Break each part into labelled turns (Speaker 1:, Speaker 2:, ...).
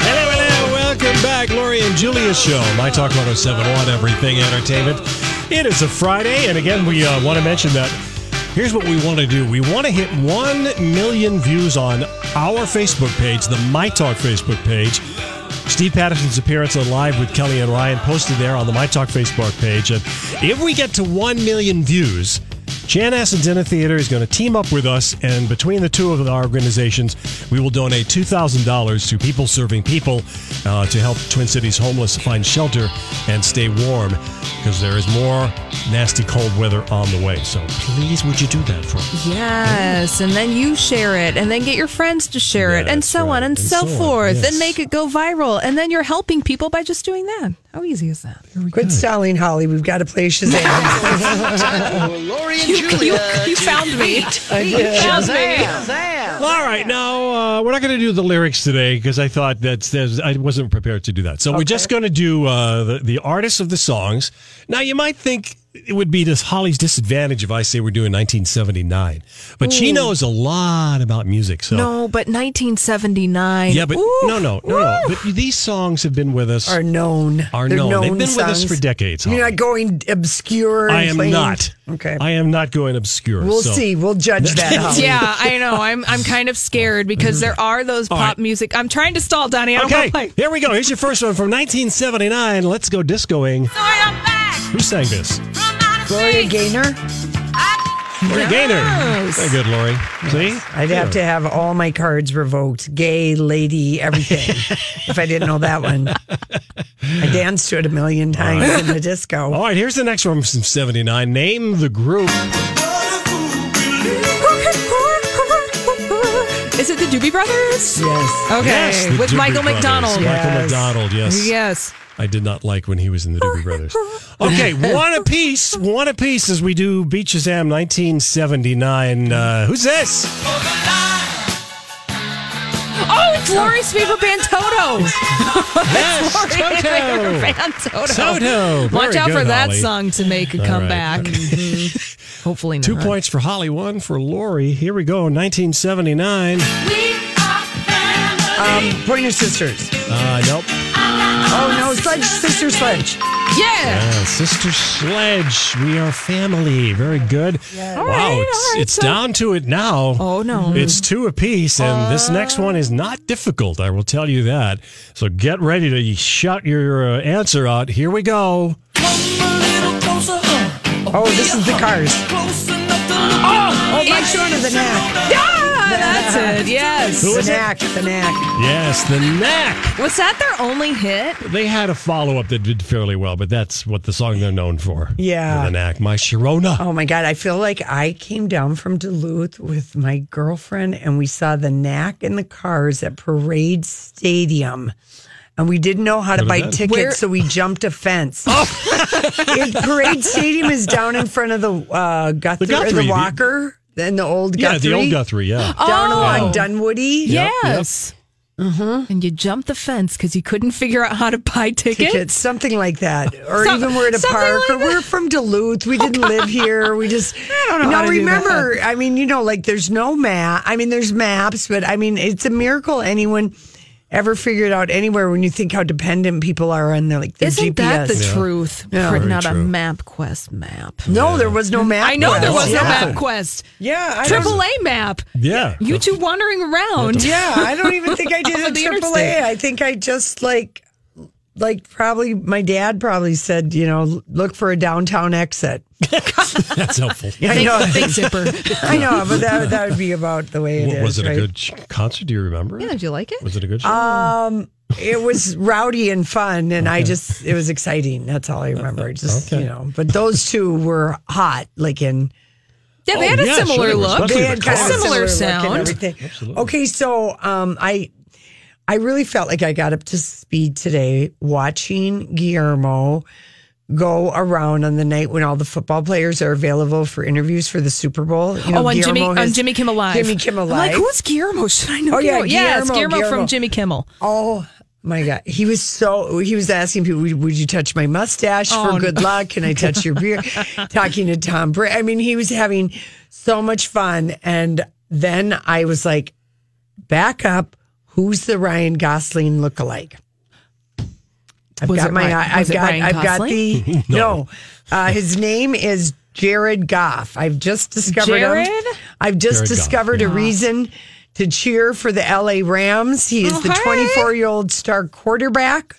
Speaker 1: Hello, hello. Welcome back. Lori and Julia Show, My Talk 1071, Everything Entertainment. It is a Friday, and again, we uh, want to mention that here's what we want to do. We want to hit 1 million views on our Facebook page, the My Talk Facebook page. Steve Patterson's appearance on Live with Kelly and Ryan posted there on the My Talk Facebook page. And if we get to 1 million views, Jan Assens in a Theater is going to team up with us, and between the two of our organizations, we will donate $2,000 to People Serving People uh, to help Twin Cities homeless find shelter and stay warm because there is more nasty cold weather on the way. So please, would you do that for us?
Speaker 2: Yes, and then you share it, and then get your friends to share it, and
Speaker 1: That's
Speaker 2: so
Speaker 1: right,
Speaker 2: on
Speaker 1: and
Speaker 2: and, so,
Speaker 1: so on,
Speaker 2: forth,
Speaker 1: yes.
Speaker 2: and make it go viral. And then you're helping people by just doing that. How easy is that?
Speaker 3: Quit selling Holly. We've got to play Shazam.
Speaker 4: Lori and Julia.
Speaker 2: you found me.
Speaker 1: All right, now uh, we're not going to do the lyrics today because I thought that's there's, I wasn't prepared to do that. So we're just going to do uh, the the artists of the songs. Now you might think it would be to Holly's disadvantage if I say we're doing 1979, but she knows a lot about music. So
Speaker 2: No, but 1979.
Speaker 1: yeah, but
Speaker 2: Ooh,
Speaker 1: no, no, no, no.
Speaker 2: woo.
Speaker 1: But these songs have been with us.
Speaker 3: Are known.
Speaker 1: Are
Speaker 3: They're
Speaker 1: known. They've been with us
Speaker 3: songs.
Speaker 1: for decades,
Speaker 3: You're
Speaker 1: Holly.
Speaker 3: not going obscure. and
Speaker 1: I am
Speaker 3: playing-
Speaker 1: not.
Speaker 3: Okay.
Speaker 1: I am not going obscure.
Speaker 3: we'll
Speaker 1: so-
Speaker 3: see. We'll judge that. Holly.
Speaker 2: yeah, I know. I'm I'm kind of scared because there are those
Speaker 1: Mm-hmm. All
Speaker 2: pop
Speaker 1: right.
Speaker 2: music. I'm trying to stall, Donnie. I don't want to
Speaker 1: Okay,
Speaker 2: play.
Speaker 1: here we go. Here's your first one from 1979. Let's go discoing. Who sang this?
Speaker 3: Gloria Gaynor.
Speaker 1: Lori Gaynor.
Speaker 2: Yes.
Speaker 1: Very good, Lori. See?
Speaker 3: I'd have to have all my cards revoked. Gay, lady, everything. if I didn't know that one, I danced to it a million times in the disco.
Speaker 1: All right, here's the next one from 79. Name the group.
Speaker 2: Is it the Doobie Brothers?
Speaker 1: Oh.
Speaker 3: Yes.
Speaker 2: Okay,
Speaker 1: Yes, the
Speaker 2: with
Speaker 1: Doobie
Speaker 2: Michael
Speaker 1: Brothers.
Speaker 2: McDonald.
Speaker 1: Michael
Speaker 3: Yes.
Speaker 1: McDonald, yes.
Speaker 2: Yes.
Speaker 1: I did not like when he was in the Doobie Brothers. Okay, one apiece, one apiece as we do Beaches Am 1979. Uh, who's this?
Speaker 2: Oh, it's Lori's favorite band, Toto.
Speaker 1: Yes,
Speaker 2: Lori's favorite
Speaker 1: Toto.
Speaker 2: band, Toto.
Speaker 1: Toto. Very
Speaker 2: Watch out
Speaker 1: good,
Speaker 2: for that
Speaker 1: Holly.
Speaker 2: song to make a
Speaker 1: All right.
Speaker 2: comeback. Mhm. Hopefully not.
Speaker 1: Two points for Holly, one for Lori. Here we go, 1979.
Speaker 3: Um, Pointer Sisters.
Speaker 1: Uh, nope.
Speaker 3: Oh no, Sledge Sister Sledge.
Speaker 2: Yeah.
Speaker 1: Uh, Sister Sledge, we are family. Very good.
Speaker 2: All
Speaker 1: wow,
Speaker 2: right, all
Speaker 1: it's,
Speaker 2: right,
Speaker 1: it's
Speaker 2: so-
Speaker 1: down to it now.
Speaker 2: Oh, no. Uh.
Speaker 1: It's two apiece, and this next one is not difficult. I will tell you that. So get ready to shout your uh, answer out. Here we go.
Speaker 3: Oh, this is the Cars.
Speaker 2: Oh,
Speaker 3: Right short of the neck.
Speaker 2: Yeah, that's it. Yes.
Speaker 3: The neck. The neck.
Speaker 1: Yes, the neck.
Speaker 2: Was that their only hit?
Speaker 1: They had a follow up that did fairly well, but that's what the song they're known for.
Speaker 3: Yeah.
Speaker 1: the neck. My Sharona.
Speaker 3: Oh my God, I feel like I came down from Duluth with my girlfriend and we saw the knack in the cars at Parade Stadium. And we didn't know how to
Speaker 1: What
Speaker 3: buy
Speaker 1: is that?
Speaker 3: tickets,
Speaker 2: Where-
Speaker 3: so we jumped a fence. It- Parade Stadium is down in front of the uh, Guthrie, or
Speaker 1: Guthrie, the-
Speaker 3: the Walker, and the old
Speaker 1: yeah,
Speaker 3: Guthrie.
Speaker 1: the old Guthrie. Yeah.
Speaker 3: Down
Speaker 2: Oh.
Speaker 3: on Dunwoody.
Speaker 1: Yep, yep.
Speaker 2: Yes. Mm-hmm. And you jumped the fence because you couldn't figure out how to buy tickets.
Speaker 3: Tickets, something like that, or
Speaker 2: Some-
Speaker 3: even we're at a
Speaker 2: something
Speaker 3: park,
Speaker 2: like Oh,
Speaker 3: or we're from Duluth. We didn't live here. We just I don't know.
Speaker 2: how to do
Speaker 3: remember, I mean, you know, like there's no map. I mean, there's maps, but I mean, it's a miracle anyone ever figured out anywhere when you think how dependent people are on their like their
Speaker 2: Isn't
Speaker 3: GPS.
Speaker 2: that the truth?
Speaker 3: Yeah.
Speaker 2: Print
Speaker 3: Very
Speaker 2: out a
Speaker 1: true.
Speaker 2: map quest map.
Speaker 3: no, there was no map.
Speaker 2: I know there was no
Speaker 3: Yeah.
Speaker 2: map quest.
Speaker 3: Yeah, I don't-
Speaker 2: Triple A map.
Speaker 1: Yeah.
Speaker 2: You two wandering around.
Speaker 3: Yeah, I don't even think I did
Speaker 2: Off
Speaker 3: a
Speaker 2: of the
Speaker 3: triple A.
Speaker 2: interstate.
Speaker 3: I think I just like, like probably my dad probably said, you know, look for a downtown exit.
Speaker 1: That's helpful.
Speaker 3: I know,
Speaker 2: Big zipper.
Speaker 3: I know, but that that would be about the way it is.
Speaker 1: What, was it
Speaker 3: right?
Speaker 1: a good sh- concert? Do you remember?
Speaker 2: Yeah, did you like it?
Speaker 1: Was it a good show?
Speaker 3: It was rowdy and fun, and I just it was exciting. That's all I remember. Just
Speaker 1: Okay.
Speaker 3: you know, but those two were hot, like in
Speaker 2: Yeah, they
Speaker 1: Oh,
Speaker 2: had a
Speaker 1: yeah,
Speaker 2: similar
Speaker 1: sure,
Speaker 2: look.
Speaker 1: especially
Speaker 3: they
Speaker 1: the
Speaker 3: had
Speaker 1: color.
Speaker 3: kind of a
Speaker 2: Similar
Speaker 3: look and
Speaker 2: sound.
Speaker 3: everything. Okay, so um, I I really felt like I got up to speed today watching Guillermo go around on the night when all the football players are available for interviews for the Super Bowl. You know,
Speaker 2: oh, on Jimmy,
Speaker 3: Guillermo
Speaker 2: on
Speaker 3: has-
Speaker 2: Jimmy Kimmel Live.
Speaker 3: Jimmy Kimmel
Speaker 2: I'm
Speaker 3: Live.
Speaker 2: like, who's Guillermo? Should I know?
Speaker 3: Oh, yeah,
Speaker 2: Guillermo? yeah, it's
Speaker 3: Guillermo,
Speaker 2: Guillermo,
Speaker 3: Guillermo.
Speaker 2: from Jimmy Kimmel.
Speaker 3: Oh my God. He was so, he was asking people, would, would you touch my mustache
Speaker 2: Oh,
Speaker 3: for good luck? Can I touch your beard? Talking to Tom Brady. I mean, he was having so much fun. And then I was like, back up. Who's the Ryan Gosling lookalike? I've
Speaker 2: Was
Speaker 3: got
Speaker 2: it
Speaker 3: my,
Speaker 2: Ry-
Speaker 3: I've
Speaker 2: was it
Speaker 3: got,
Speaker 2: Ryan
Speaker 3: I've got
Speaker 2: Gosling?
Speaker 3: the, no, Uh, his name is Jared Goff. I've just discovered him.
Speaker 2: Jared?
Speaker 3: I've just
Speaker 1: Jared Goff,
Speaker 3: discovered a reason to cheer for the LA Rams. He is the
Speaker 2: Okay.
Speaker 3: 24 year old star quarterback.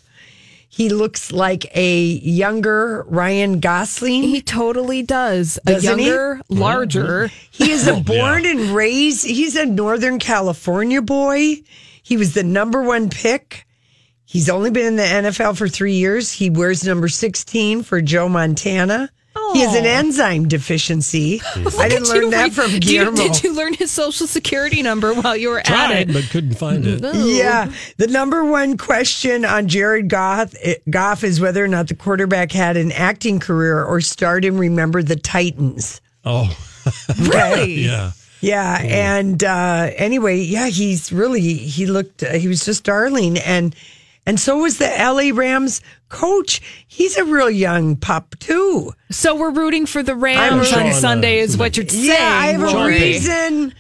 Speaker 3: He looks like a younger Ryan Gosling.
Speaker 2: He
Speaker 3: He,
Speaker 2: totally does. A
Speaker 3: Doesn't he? Mm-hmm.
Speaker 2: younger, larger.
Speaker 3: is a born and raised, he's a Northern California boy. He was the number one pick. He's only been in the NFL for three years. He wears number 16 for Joe Montana. He has an enzyme deficiency. I
Speaker 2: Look
Speaker 3: didn't
Speaker 2: at
Speaker 3: learn
Speaker 2: you,
Speaker 3: that
Speaker 2: Reed.
Speaker 3: from
Speaker 2: Did you-
Speaker 3: Guillermo.
Speaker 2: Did you learn his social security number while you were at
Speaker 1: Tried,
Speaker 2: it?
Speaker 1: but couldn't find it.
Speaker 3: Yeah. The number one question on Jared Goff, eh, Goff is whether or not the quarterback had an acting career or starred in Remember the Titans.
Speaker 1: Oh,
Speaker 3: Really?
Speaker 1: yeah.
Speaker 3: Yeah. And uh, anyway, yeah, he's really, he looked, uh, he was just darling. And, and so was the LA Rams coach. He's a real young pup, too.
Speaker 2: So we're rooting for the Rams
Speaker 3: rooting-
Speaker 2: on Sunday, is what you're saying.
Speaker 3: uh, Yeah. I have a
Speaker 2: Lori.
Speaker 3: reason.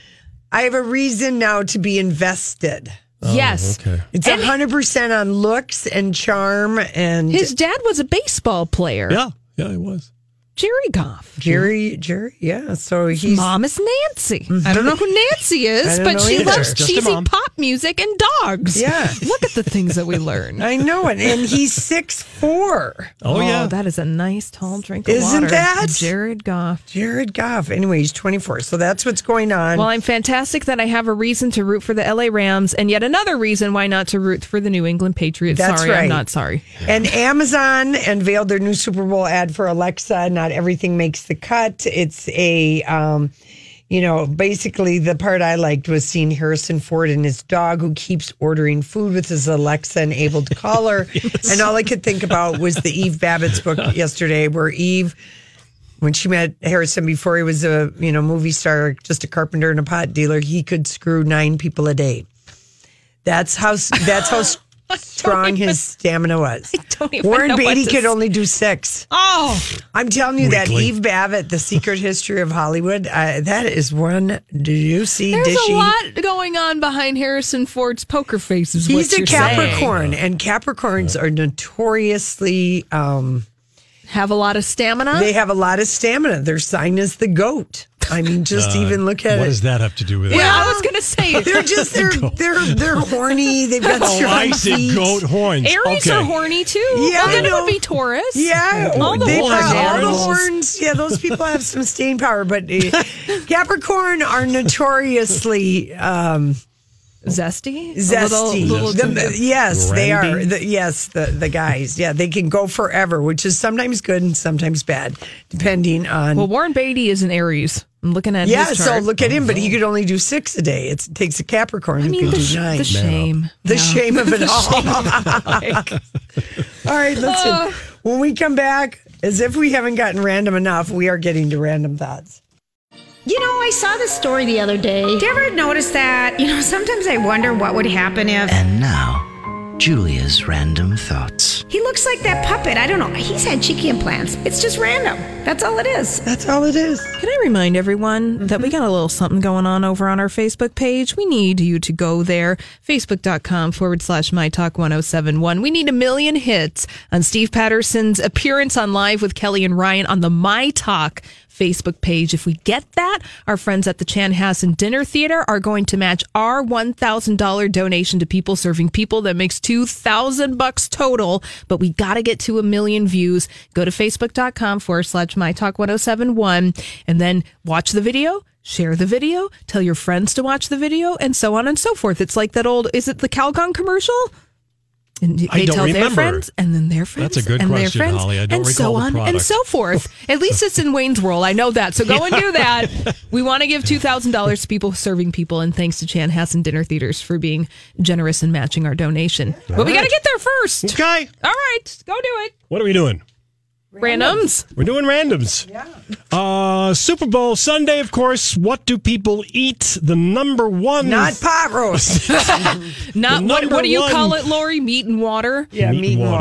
Speaker 3: I have a reason now to be invested.
Speaker 2: Yes.
Speaker 1: Okay.
Speaker 3: It's a 100% on looks and charm and
Speaker 2: His dad was a baseball player,
Speaker 1: Yeah. Yeah, it was.
Speaker 2: Jerry Goff.
Speaker 3: Jerry, Jerry, yeah. So he's
Speaker 2: Mom is Nancy. I don't know who Nancy
Speaker 3: Mm-hmm. I
Speaker 2: is,
Speaker 3: don't
Speaker 2: but
Speaker 3: know
Speaker 2: she
Speaker 3: either.
Speaker 2: loves
Speaker 3: Just
Speaker 5: a
Speaker 2: cheesy
Speaker 5: mom.
Speaker 2: pop music and dogs.
Speaker 3: Yeah.
Speaker 2: Look at the things that we learn.
Speaker 3: I know it, and he's six four.
Speaker 1: Oh, yeah.
Speaker 2: that is a nice tall drink of
Speaker 3: Isn't
Speaker 2: water.
Speaker 3: that-
Speaker 2: Jared Goff?
Speaker 3: Jared Goff. Anyway, he's twenty four. So that's what's going on.
Speaker 2: Well, I'm fantastic that I have a reason to root for the LA Rams, and yet another reason why not to root for the New England Patriots.
Speaker 3: That's
Speaker 2: sorry,
Speaker 3: right.
Speaker 2: I'm not sorry.
Speaker 3: and Amazon unveiled their new Super Bowl ad for Alexa. Not everything makes the cut. It's a, um, you know, basically the part I liked was seeing Harrison Ford and his dog who keeps ordering food with his Alexa enabled caller. And all I could think about was the Eve Babbitt's book yesterday, where Eve. when she met Harrison before he was a you know movie star, just a carpenter and a pot dealer, he could screw nine people a day. That's how that's how strong his stamina was.
Speaker 2: don't even
Speaker 3: Warren
Speaker 2: know what
Speaker 3: Beatty
Speaker 2: to
Speaker 3: could
Speaker 2: s-
Speaker 3: only do six.
Speaker 2: Oh,
Speaker 3: I'm telling you that
Speaker 1: Weekly.
Speaker 3: Eve Babbitt, The Secret History of Hollywood, uh, that is one juicy
Speaker 2: there's
Speaker 3: dishy.
Speaker 2: a lot going on behind Harrison Ford's poker face. Is
Speaker 3: He's
Speaker 2: what
Speaker 3: a
Speaker 2: you're saying.
Speaker 3: Capricorn, and Capricorns are notoriously um,
Speaker 2: Have a lot of stamina.
Speaker 3: they have a lot of stamina. Their sign is the goat. I mean, just even look at
Speaker 1: Uh, What
Speaker 3: it.
Speaker 1: does that have to do with it?
Speaker 2: yeah, I was gonna say
Speaker 3: They're just they're they're they're horny. They've got
Speaker 1: Oh,
Speaker 3: strong
Speaker 1: I said
Speaker 3: feet.
Speaker 1: goat horns.
Speaker 2: Aries
Speaker 1: okay.
Speaker 2: are horny too.
Speaker 3: Yeah,
Speaker 2: well, then
Speaker 3: I
Speaker 2: it
Speaker 3: know.
Speaker 2: would be Taurus.
Speaker 3: Yeah,
Speaker 2: All the
Speaker 3: they've
Speaker 2: horns.
Speaker 3: got all the
Speaker 2: Animals.
Speaker 3: horns. Yeah, those people have some staying power, but uh, Capricorn are notoriously um,
Speaker 2: zesty, A little-
Speaker 3: zesty.
Speaker 2: little-
Speaker 3: The- yes, they are.
Speaker 1: Randy?
Speaker 3: The, yes, the the guys. Yeah, they can go forever, which is sometimes good and sometimes bad, depending on.
Speaker 2: well, Warren Beatty is an Aries. I'm looking at
Speaker 3: yeah,
Speaker 2: his
Speaker 3: so
Speaker 2: chart. Uh-huh.
Speaker 3: look at him, but he could only do six a day. It's, it takes a Capricorn.
Speaker 2: I
Speaker 3: who
Speaker 2: mean,
Speaker 3: can
Speaker 2: the,
Speaker 3: do
Speaker 2: sh-
Speaker 3: nine.
Speaker 2: the shame,
Speaker 3: The
Speaker 2: Yeah.
Speaker 3: shame of it all. uh. all right, listen. when we come back, as if we haven't gotten random enough, we are getting to random thoughts.
Speaker 6: You know, I saw this story the other day. Did you ever notice that? You know, sometimes I wonder what would happen if
Speaker 5: And now, Julia's random thoughts.
Speaker 6: he looks like that puppet. I don't know. He's had cheeky implants. It's just random. That's all it is.
Speaker 3: That's all it is.
Speaker 2: Can I remind everyone that we got a little something going on over on our Facebook page? We need you to go there, facebook.com forward slash my talk 1071. We need a million hits on Steve Patterson's appearance on Live with Kelly and Ryan on the My Talk Facebook page. If we get that, our friends at the Chanhassen Dinner Theater are going to match our $1,000 donation to People Serving People. That makes 2000 bucks total, but we got to get to a million views. Go to facebook.com forward slash my talk 1071 and then watch the video. Share the video, tell your friends to watch the video, and so on and so forth. It's like that old, is it the Calgon commercial? And
Speaker 1: I
Speaker 2: they
Speaker 1: don't
Speaker 2: tell their
Speaker 1: remember.
Speaker 2: friends, and then their friends,
Speaker 1: a good
Speaker 2: and their
Speaker 1: question,
Speaker 2: friends,
Speaker 1: Holly. I don't
Speaker 2: and
Speaker 1: recall the
Speaker 2: so on and
Speaker 1: product.
Speaker 2: so forth. At least it's in Wayne's World. I know that. So go and do that. We want to give two thousand dollars to people serving people, and thanks to Chan Hassan Dinner Theaters for being generous and matching our donation. but we got to get there first.
Speaker 1: Okay.
Speaker 2: All right, go do it.
Speaker 1: What are we doing?
Speaker 2: Randoms.
Speaker 1: We're doing randoms. Yeah. Uh, Super Bowl Sunday, of course. What do people eat? The number one. uh,
Speaker 3: Not pot roast.
Speaker 2: Not what,
Speaker 1: number
Speaker 2: what do you
Speaker 1: one-
Speaker 2: call it, Lori? Meat and water.
Speaker 3: yeah, meat, and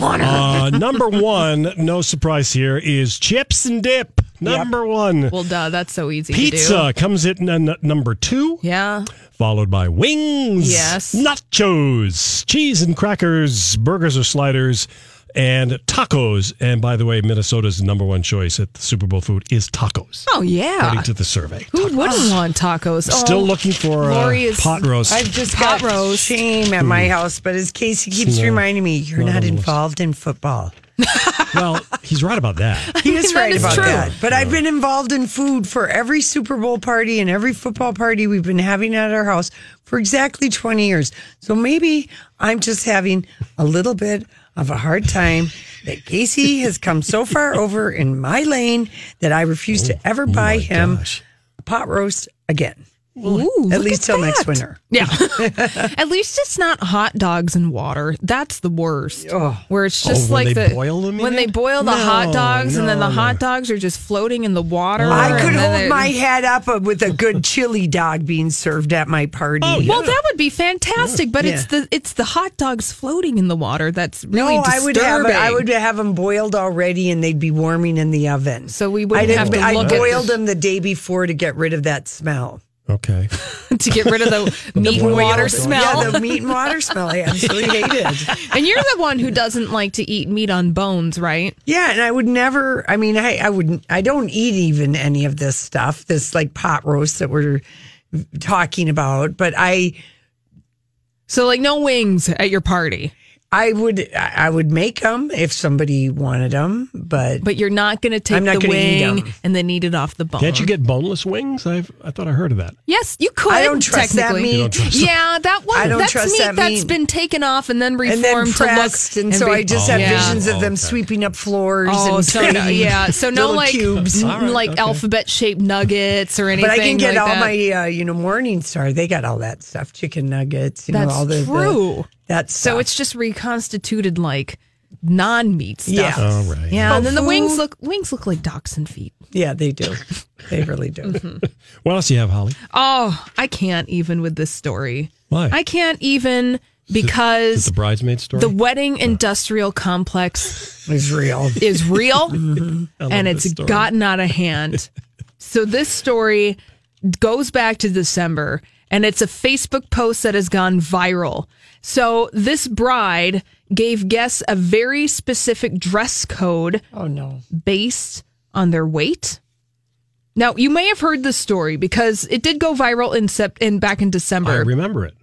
Speaker 3: water.
Speaker 1: uh, number one, no surprise here, is chips and dip. Number one.
Speaker 2: Well, duh. That's so easy. To
Speaker 1: Pizza comes in n- number two,
Speaker 2: do. Yeah.
Speaker 1: followed by wings,
Speaker 2: Yes.
Speaker 1: nachos, cheese and crackers, burgers or sliders, and tacos. And by the way, Minnesota's number one choice at the Super Bowl food is tacos,
Speaker 2: Oh yeah.
Speaker 1: according to the survey.
Speaker 2: Who wouldn't want tacos? Oh,
Speaker 1: Still looking for
Speaker 2: Lori
Speaker 1: uh,
Speaker 2: is-
Speaker 1: pot roast.
Speaker 3: I've just
Speaker 2: Pot
Speaker 3: got
Speaker 2: roast.
Speaker 3: shame at my house, but as Casey keeps
Speaker 1: not-
Speaker 3: Hmm. reminding me, you're
Speaker 1: not
Speaker 3: not,
Speaker 1: on the list.
Speaker 3: involved in football.
Speaker 1: well, he's right about that.
Speaker 3: He is
Speaker 2: That
Speaker 3: right
Speaker 2: is
Speaker 3: about
Speaker 2: true.
Speaker 3: that. But I've been involved in food for every Super Bowl party and every football party we've been having at our house for exactly 20 years. So maybe I'm just having a little bit of a hard time that Casey has come so far over in my lane that I refuse to ever
Speaker 1: Oh
Speaker 3: buy him a pot roast again.
Speaker 2: Ooh,
Speaker 3: at
Speaker 2: look
Speaker 3: least till next
Speaker 2: that.
Speaker 3: winter.
Speaker 2: Yeah. At least it's not hot dogs and water. That's the worst. Where it's just
Speaker 1: Oh, when
Speaker 2: like
Speaker 1: they
Speaker 2: the
Speaker 1: boil them in
Speaker 2: when they
Speaker 1: it?
Speaker 2: boil the hot
Speaker 1: No,
Speaker 2: dogs and then the
Speaker 1: no,
Speaker 2: hot dogs are just floating in the water.
Speaker 3: I
Speaker 2: and
Speaker 3: could
Speaker 2: then
Speaker 3: hold
Speaker 2: it-
Speaker 3: my head up with a good chili dog being served at my party.
Speaker 1: Oh, yeah.
Speaker 2: Well, that would be fantastic, but it's
Speaker 3: Yeah.
Speaker 2: the it's the hot dogs floating in the water that's really
Speaker 3: no, I
Speaker 2: disturbing.
Speaker 3: would have I would have them boiled already, and they'd be warming in the oven.
Speaker 2: So we wouldn't
Speaker 3: I didn't-
Speaker 2: have to
Speaker 3: I
Speaker 2: look at-
Speaker 3: boiled them the day before to get rid of that smell.
Speaker 1: Okay.
Speaker 2: to get rid of the meat and
Speaker 1: boiled
Speaker 2: water
Speaker 1: dog.
Speaker 2: smell.
Speaker 3: Yeah, the meat and water smell. I absolutely hated.
Speaker 2: and you're the one who doesn't like to eat meat on bones, right?
Speaker 3: Yeah, and I would never. I mean, I I wouldn't. I don't eat even any of this stuff. This like pot roast that we're talking about, but I.
Speaker 2: So like no wings at your party,
Speaker 3: I would I I would make them if somebody wanted them, but
Speaker 2: but you're not going to take
Speaker 3: I'm not
Speaker 2: the
Speaker 3: gonna eat
Speaker 2: wing
Speaker 3: 'em.
Speaker 2: and then eat it off the bone.
Speaker 1: Can't you get boneless wings? I've, I thought I heard of that.
Speaker 2: Yes, you could.
Speaker 3: I don't trust that
Speaker 2: technically.
Speaker 3: meat. You don't trust
Speaker 2: yeah, that one.
Speaker 3: I don't
Speaker 2: that's
Speaker 3: trust
Speaker 2: meat
Speaker 3: that
Speaker 2: that's
Speaker 3: meat.
Speaker 2: been taken off and then reformed
Speaker 3: and then
Speaker 2: to
Speaker 3: pressed,
Speaker 2: look.
Speaker 3: and, so
Speaker 2: be- Oh,
Speaker 3: I just have
Speaker 2: Yeah.
Speaker 3: visions of them
Speaker 1: Okay.
Speaker 3: sweeping up floors
Speaker 2: Oh,
Speaker 3: and
Speaker 2: so no,
Speaker 3: creating
Speaker 2: yeah. So no
Speaker 3: little
Speaker 2: like
Speaker 3: cubes.
Speaker 2: n-
Speaker 1: All right,
Speaker 2: like
Speaker 1: okay.
Speaker 2: alphabet shaped nuggets or anything.
Speaker 3: But I can get
Speaker 2: like
Speaker 3: all
Speaker 2: that.
Speaker 3: my, uh, you know, Morning Star. They got all that stuff, chicken nuggets. You
Speaker 2: That's
Speaker 3: know, all the the-
Speaker 2: true.
Speaker 3: that stuff.
Speaker 2: So it's just reconstituted like non meat stuff.
Speaker 3: yeah, Oh.
Speaker 1: All Oh, right.
Speaker 2: Yeah, and then the
Speaker 3: Tofu.
Speaker 2: wings look wings look like dachshund feet.
Speaker 3: yeah, they do. They really do.
Speaker 2: Mm-hmm.
Speaker 1: What else do you have, Holly?
Speaker 2: Oh, I can't even with this story.
Speaker 1: Why?
Speaker 2: I can't even because
Speaker 1: Is it the bridesmaid story?
Speaker 2: the wedding industrial complex
Speaker 3: It's real.
Speaker 2: is real
Speaker 1: Mm-hmm. love
Speaker 2: and
Speaker 1: this
Speaker 2: it's
Speaker 1: story.
Speaker 2: gotten out of hand. so this story goes back to December and it's a Facebook post that has gone viral. So this bride gave guests a very specific dress code
Speaker 3: Oh no,
Speaker 2: based on their weight. Now, you may have heard this story because it did go viral in, sep- in back in
Speaker 1: I
Speaker 2: December.
Speaker 1: remember it.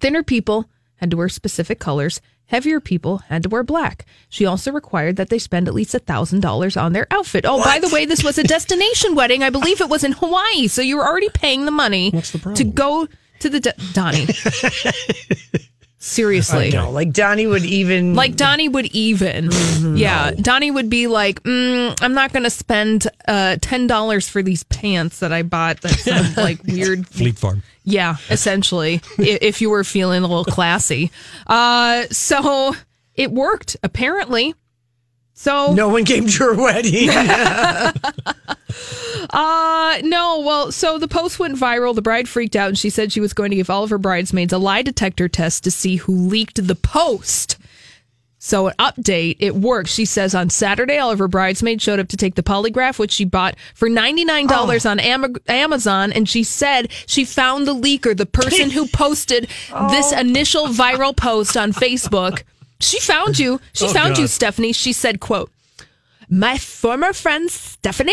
Speaker 2: Thinner people had to wear specific colors. Heavier people had to wear black. She also required that they spend at least $1,000 on their outfit. Oh, by the way, this was a destination wedding. I believe it was in Hawaii. So you were already paying the money
Speaker 1: the problem?
Speaker 2: to go to the. De- Donnie. Seriously.
Speaker 3: no! Like Donnie would even
Speaker 2: Like Donnie would even,
Speaker 1: Mm-hmm.
Speaker 2: yeah. Donnie would be like, mm, "I'm not going to spend uh, ten dollars for these pants that I bought. That's some, like weird
Speaker 1: Fleet Farm.
Speaker 2: yeah, essentially, i- if you were feeling a little classy. Uh, so it worked, apparently. So,
Speaker 3: no one came to her wedding.
Speaker 2: uh, no, well, so the post went viral. The bride freaked out and she said she was going to give all of her bridesmaids a lie detector test to see who leaked the post. So, an update, it works. She says on Saturday, all of her bridesmaids showed up to take the polygraph, which she bought for $99
Speaker 1: Oh.
Speaker 2: on Ama- Amazon. And she said she found the leaker, the person who posted this
Speaker 1: Oh.
Speaker 2: initial viral post on Facebook. She found you. She
Speaker 1: Oh,
Speaker 2: found you,
Speaker 1: God.
Speaker 2: Stephanie. She said, quote, my former friend Stephanie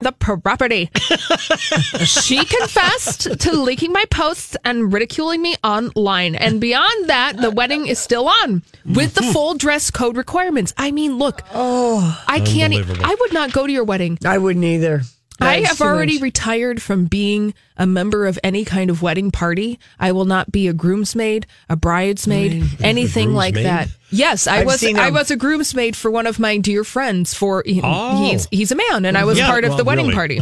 Speaker 2: the property. she confessed to leaking my posts and ridiculing me online. And beyond that, the wedding is still on with the full dress code requirements. I mean, look, oh, I can't. e-
Speaker 1: Unbelievable.
Speaker 2: I would not go to your wedding.
Speaker 3: I wouldn't either.
Speaker 2: I
Speaker 3: That's
Speaker 2: have
Speaker 3: too
Speaker 2: already
Speaker 3: much.
Speaker 2: retired from being a member of any kind of wedding party. I will not be a groomsmaid, a bridesmaid, anything like
Speaker 1: groomsmaid?
Speaker 2: that. Yes, I
Speaker 3: I've
Speaker 2: was.
Speaker 3: seen
Speaker 2: I
Speaker 3: a-
Speaker 2: was a groomsmaid for one of my dear friends. For he-
Speaker 1: Oh.
Speaker 2: he's he's a man, and I was
Speaker 1: Yeah,
Speaker 2: part of
Speaker 1: well,
Speaker 2: the wedding
Speaker 1: really.
Speaker 2: party.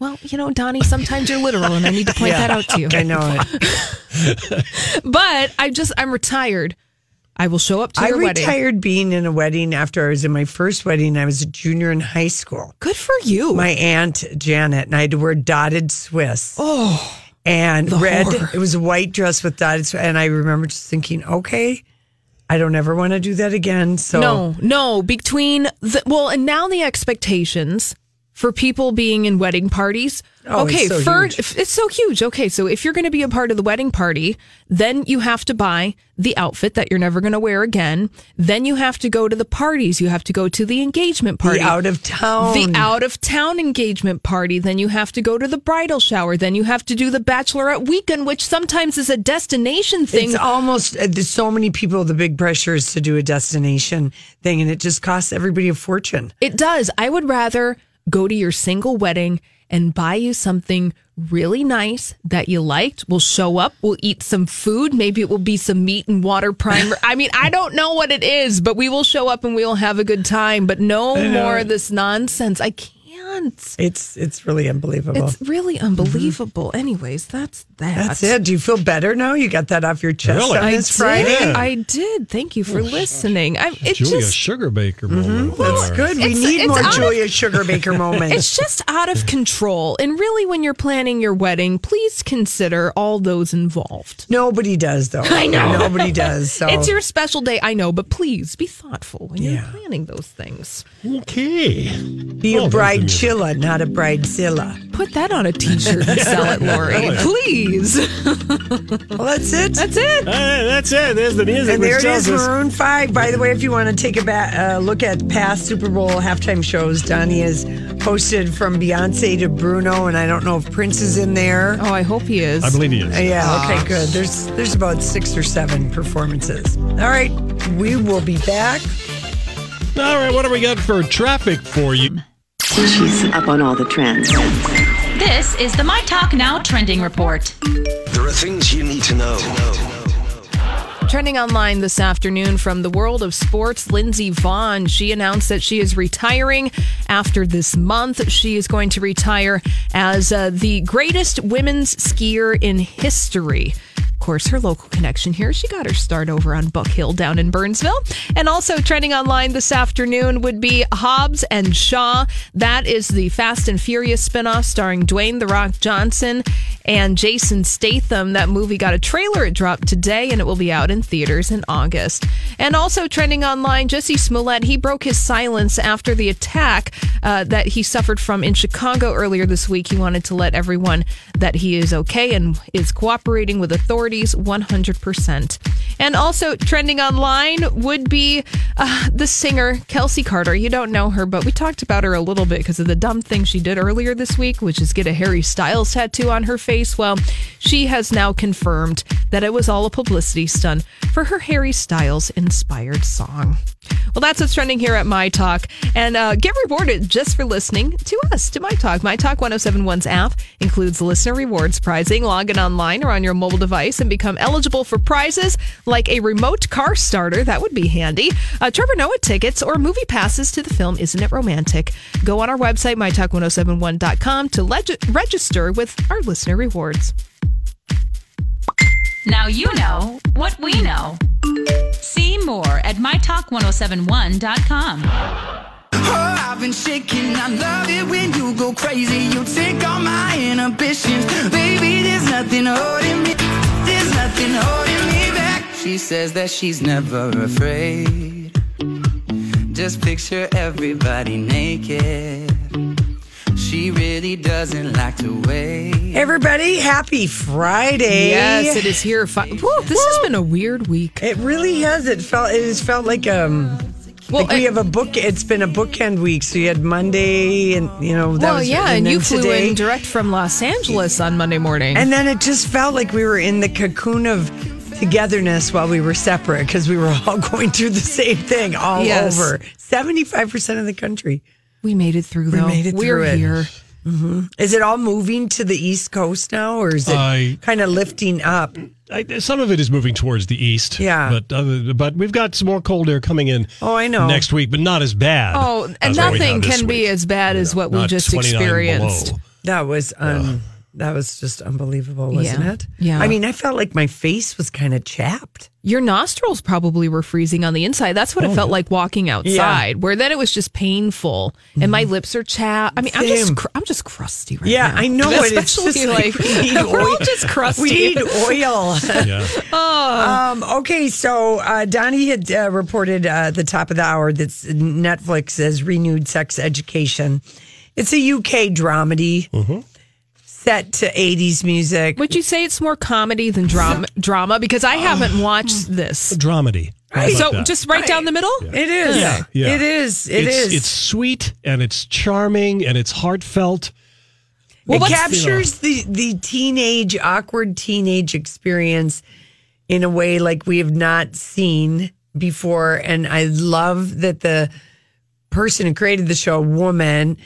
Speaker 2: well, you know, Donnie, sometimes you're literal, and I need to point that out to you.
Speaker 3: I know it.
Speaker 2: But I just I'm retired. I will show up to
Speaker 3: I
Speaker 2: your
Speaker 3: retired
Speaker 2: wedding.
Speaker 3: being in a wedding after I was in my first wedding. I was a junior in high school.
Speaker 2: Good for you.
Speaker 3: My aunt Janet and I had to wear dotted Swiss. Oh, and red.
Speaker 2: horror.
Speaker 3: It was a white dress with dotted. Swiss. And I remember just thinking, okay, I don't ever want to do that again. So
Speaker 2: No, no. Between the well, and now the expectations for people being in wedding parties.
Speaker 3: Oh, it's
Speaker 2: okay,
Speaker 3: so
Speaker 2: fir-
Speaker 3: huge.
Speaker 2: if- it's so huge. Okay, so if you're going to be a part of the wedding party, then you have to buy the outfit that you're never going to wear again. Then you have to go to the parties. You have to go to the engagement party.
Speaker 3: the out of town.
Speaker 2: The out of town engagement party, then you have to go to the bridal shower, then you have to do the bachelorette weekend, which sometimes is a destination thing.
Speaker 3: It's almost uh, there's so many people. The big pressure is to do a destination thing, and it just costs everybody a fortune.
Speaker 2: It does. I would rather go to your single wedding and buy you something really nice that you liked. We'll show up, we'll eat some food, maybe it will be some meat and water primer. I mean, I don't know what it is, but we will show up and we will have a good time, but no more of this nonsense. I can't.
Speaker 3: It's it's really unbelievable.
Speaker 2: It's really unbelievable. Anyways, that's that.
Speaker 3: Mm-hmm. That's it. Do you feel better now? You got that off your chest
Speaker 1: Really?
Speaker 3: on
Speaker 2: I
Speaker 3: this
Speaker 2: did.
Speaker 3: Friday. Oh,
Speaker 1: Yeah.
Speaker 2: I did. Thank you for listening. I, it
Speaker 1: Julia
Speaker 2: just
Speaker 1: Sugarbaker
Speaker 3: Mm-hmm.
Speaker 1: moment.
Speaker 3: That's
Speaker 1: there.
Speaker 3: good. We
Speaker 2: It's-
Speaker 3: need
Speaker 2: it's
Speaker 3: more
Speaker 2: out of-
Speaker 3: Julia Sugarbaker moments.
Speaker 2: It's just out of control. And really, when you're planning your wedding, please consider all those involved.
Speaker 3: Nobody does though. I know. Nobody does. So
Speaker 2: It's your special day, I know, but please be thoughtful when
Speaker 3: Yeah.
Speaker 2: you're planning those things.
Speaker 1: Okay.
Speaker 3: be
Speaker 1: Oh,
Speaker 3: a
Speaker 1: that's
Speaker 3: bride
Speaker 1: amusing.
Speaker 3: chilla, not a bridezilla.
Speaker 2: Put that on a t shirt and sell it, Lori. Please.
Speaker 3: Well, that's it.
Speaker 2: That's it.
Speaker 1: Uh, that's it. There's the music.
Speaker 3: and
Speaker 1: which
Speaker 3: there it
Speaker 1: tells
Speaker 3: is,
Speaker 1: us-
Speaker 3: Maroon Five. By the way, if you want to take a ba- uh, look at past Super Bowl halftime shows, Donnie has posted from Beyonce to Bruno, and I don't know if Prince is in there.
Speaker 2: Oh, I hope he is.
Speaker 1: I believe he is.
Speaker 3: Yeah. Okay. Good. There's there's about six or seven performances. All right. We will be back.
Speaker 1: All right, what do we got for traffic for
Speaker 2: Um,
Speaker 1: you?
Speaker 7: She's up on all the trends.
Speaker 8: This is the My Talk Now Trending Report.
Speaker 4: There are things you need to know.
Speaker 2: Trending online this afternoon from the world of sports, Lindsey Vaughn. She announced that she is retiring after this month. She is going to retire as uh, the greatest women's skier in history. Of course, her local connection here. She got her start over on Buck Hill down in Burnsville. And also trending online this afternoon would be Hobbs and Shaw. That is the Fast and Furious spinoff starring Dwayne The Rock Johnson and Jason Statham. That movie got a trailer. It dropped today and it will be out in theaters in August. And also trending online, Jesse Smollett, he broke his silence after the attack uh, that he suffered from in Chicago earlier this week. He wanted to let everyone that he is okay and is cooperating with authorities 100%. And also trending online would be uh, the singer Kelsey Carter. You don't know her, but we talked about her a little bit because of the dumb thing she did earlier this week, which is get a Harry Styles tattoo on her face. Well, she has now confirmed that it was all a publicity stunt for her Harry Styles inspired song. Well, that's what's trending here at My Talk. And uh, get rewarded just for listening to us, to My Talk. My Talk 1071's app includes listener rewards prizing. Log in online or on your mobile device and become eligible for prizes like a remote car starter. That would be handy. Uh, Trevor Noah tickets or movie passes to the film Isn't It Romantic? Go on our website, mytalk1071.com, to leg- register with our listener rewards.
Speaker 9: Now you know what we know. See more at mytalk1071.com.
Speaker 10: Oh, I've been shaking. I love it when you go crazy. You take all my inhibitions. Baby, there's nothing holding me. There's nothing holding me back. She says that she's never afraid. Just picture everybody naked. She really doesn't like to wait.
Speaker 3: Everybody, happy Friday.
Speaker 2: Yes, it is here. Fi- Whoa, this has been a weird week.
Speaker 3: It really has. It felt it has felt like um like we have a book it's been a bookend week. So you had Monday and you know that
Speaker 2: well,
Speaker 3: was
Speaker 2: yeah, and
Speaker 3: then
Speaker 2: you flew
Speaker 3: today,
Speaker 2: in direct from Los Angeles on Monday morning.
Speaker 3: And then it just felt like we were in the cocoon of togetherness while we were separate because we were all going through the same thing all
Speaker 2: Yes.
Speaker 3: over. 75% of the country.
Speaker 2: we made it through,
Speaker 3: We
Speaker 2: though.
Speaker 3: made it
Speaker 2: We're
Speaker 3: through it.
Speaker 2: here.
Speaker 3: Mhm. Is it all moving to the East Coast now or is it
Speaker 1: I-
Speaker 3: kind of lifting up?
Speaker 1: I, some of it is moving towards the east.
Speaker 3: Yeah.
Speaker 1: But other, but we've got some more cold air coming in.
Speaker 3: Oh, I know.
Speaker 1: Next week, but not as bad.
Speaker 2: Oh, and
Speaker 1: as what we
Speaker 2: nothing
Speaker 1: have this
Speaker 2: can be as bad as what we
Speaker 1: Not
Speaker 2: just
Speaker 1: 29 below.
Speaker 2: experienced.
Speaker 3: That was um, that was just unbelievable, wasn't
Speaker 2: Yeah.
Speaker 3: it?
Speaker 2: Yeah.
Speaker 3: I mean, I felt like my face was kind of chapped.
Speaker 2: Your nostrils probably were freezing on the inside. That's what it
Speaker 3: Oh.
Speaker 2: felt like walking outside. Where then it was just painful, and my lips are chapped. I mean, I'm just
Speaker 3: Mm-hmm. Same.
Speaker 2: cr- I'm just crusty right
Speaker 3: Yeah,
Speaker 2: now.
Speaker 3: I know. it. It's
Speaker 2: Especially
Speaker 3: just like, we need
Speaker 2: like we're all
Speaker 3: oil.
Speaker 2: just crusty.
Speaker 3: We need oil.
Speaker 1: Yeah. Oh.
Speaker 3: Um, okay, so uh, Donnie had uh, reported uh, at the top of the hour that Netflix has renewed Sex Education. It's a UK dramedy
Speaker 1: Mm-hmm.
Speaker 3: set to 80s music.
Speaker 2: Would you say it's more comedy than drama? drama because I haven't
Speaker 3: Oh.
Speaker 2: watched this.
Speaker 1: Dramedy. How about
Speaker 2: So
Speaker 1: that?
Speaker 2: just right down the middle.
Speaker 3: It is.
Speaker 1: Yeah, yeah.
Speaker 3: It is. It
Speaker 1: it's,
Speaker 3: is.
Speaker 1: It's sweet and it's charming and it's heartfelt.
Speaker 3: it captures the, the teenage, awkward teenage experience in a way like we have not seen before. And I love that the person who created the show, woman,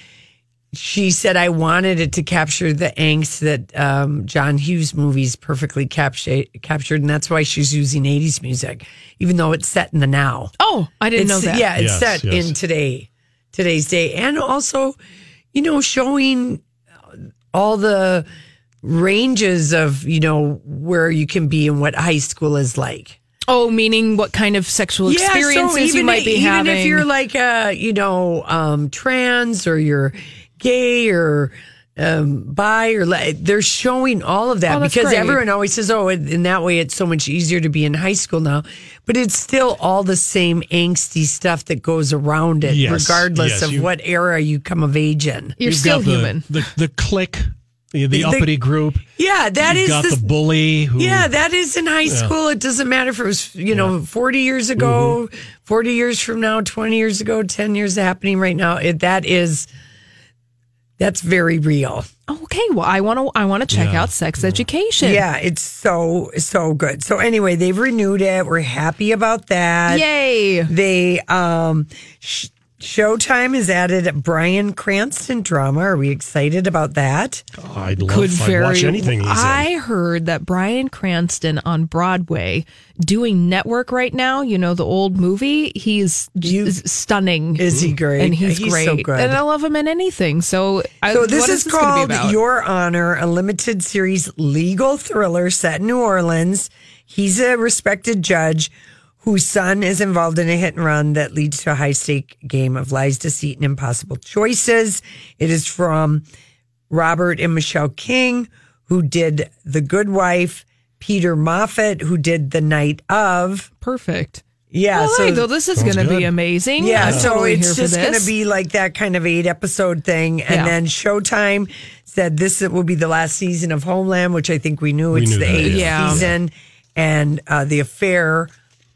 Speaker 3: she said, I wanted it to capture the angst that um, John Hughes movies perfectly captured, captured. And that's why she's using 80s music, even though it's set in the now.
Speaker 2: Oh, I didn't know
Speaker 3: It's-
Speaker 2: that.
Speaker 3: Yeah,
Speaker 1: Yes,
Speaker 3: it's set
Speaker 1: yes.
Speaker 3: in today, today's day, and also, you know, showing all the ranges of you know where you can be and what high school is like.
Speaker 2: Oh, meaning what kind of sexual experiences you might be
Speaker 3: even
Speaker 2: having?
Speaker 3: if you're like uh, you know, um, trans or you're gay or um, bi or li- they're showing all of that
Speaker 2: Oh, that's
Speaker 3: because
Speaker 2: great.
Speaker 3: everyone always says, "Oh, in in that way, it's so much easier to be in high school now," but it's still all the same angsty stuff that goes around it,
Speaker 1: Yes,
Speaker 3: regardless
Speaker 1: yes,
Speaker 3: of
Speaker 1: you-
Speaker 3: what era you come of age in.
Speaker 2: You're
Speaker 1: You've
Speaker 2: still
Speaker 1: got the,
Speaker 2: human.
Speaker 1: The, the clique, the, the uppity group.
Speaker 3: Yeah, that
Speaker 1: You've
Speaker 3: is
Speaker 1: got
Speaker 3: the-
Speaker 1: the, bully who
Speaker 3: Yeah,
Speaker 2: Mm-hmm.
Speaker 3: that is in high
Speaker 1: Yeah.
Speaker 3: school. It doesn't matter if it was, you know, 40 years ago,
Speaker 2: Mm-hmm.
Speaker 3: 40 years from now, 20 years ago, 10 years happening right now. It, that is, that's very real.
Speaker 2: okay, well, I want to I want to check out sex education.
Speaker 3: Yeah, it's so, so good. So anyway, they've renewed it. We're happy about that.
Speaker 2: Yay.
Speaker 3: They, um, sh- Showtime has added Brian Cranston drama. Are we excited about that?
Speaker 1: I'd love Could I'd watch anything he's in.
Speaker 2: I heard that Brian Cranston on Broadway doing network right now, you know, the old movie, he's you, stunning.
Speaker 3: Is he great?
Speaker 2: And he's,
Speaker 3: He's
Speaker 2: great.
Speaker 3: so good.
Speaker 2: And I love him in anything. So, I,
Speaker 3: so this
Speaker 2: Uh, what
Speaker 3: is
Speaker 2: is this gonna
Speaker 3: called
Speaker 2: be about?
Speaker 3: Your Honor, a limited series legal thriller set in New Orleans. He's a respected judge whose son is involved in a hit and run that leads to a high stake game of lies, deceit, and impossible choices. It is from Robert and Michelle King, who did The Good Wife, Peter Moffat, who did The Night of.
Speaker 2: Perfect.
Speaker 3: Yeah,
Speaker 2: All right,
Speaker 3: so
Speaker 2: though this is
Speaker 3: Sounds
Speaker 2: going to be
Speaker 3: good.
Speaker 2: amazing.
Speaker 3: Yeah,
Speaker 2: I'm
Speaker 3: so
Speaker 2: totally here for
Speaker 3: it's just going to
Speaker 2: this.
Speaker 3: be like that kind of eight episode thing. And
Speaker 2: Yeah.
Speaker 3: then Showtime said this will be the last season of Homeland, which I think we knew
Speaker 1: We
Speaker 3: it's
Speaker 1: knew
Speaker 3: the
Speaker 1: that,
Speaker 3: eighth
Speaker 1: yeah. Yeah.
Speaker 3: season. And uh, The Affair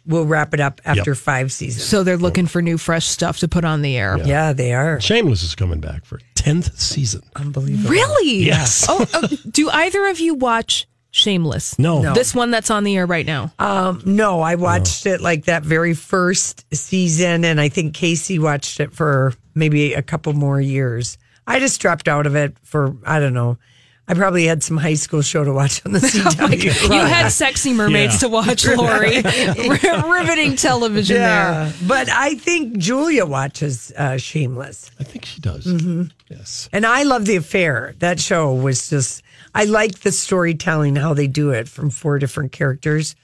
Speaker 3: will wrap it up after
Speaker 1: Yep.
Speaker 3: five seasons.
Speaker 2: So they're
Speaker 1: Oh.
Speaker 2: looking for new, fresh stuff to put on the air.
Speaker 3: Yeah. they are.
Speaker 1: Shameless is coming back for 10th season.
Speaker 3: Unbelievable.
Speaker 2: Really?
Speaker 1: Yes.
Speaker 2: Oh, uh, do either of you watch Shameless?
Speaker 1: No. No.
Speaker 2: This one that's on the air right now.
Speaker 3: Um, no, I watched it like that very first season, and I think Casey watched it for maybe a couple more years. I just dropped out of it for I don't know. I probably had some high school show to watch on the CW.
Speaker 2: You had sexy mermaids to
Speaker 3: Yeah.
Speaker 2: watch, Lori. Riveting television there.
Speaker 3: But I think Julia watches uh, Shameless.
Speaker 1: I think she does. Yes.
Speaker 3: And I love The Affair. That show was just, I like the storytelling, how they do it from four different characters.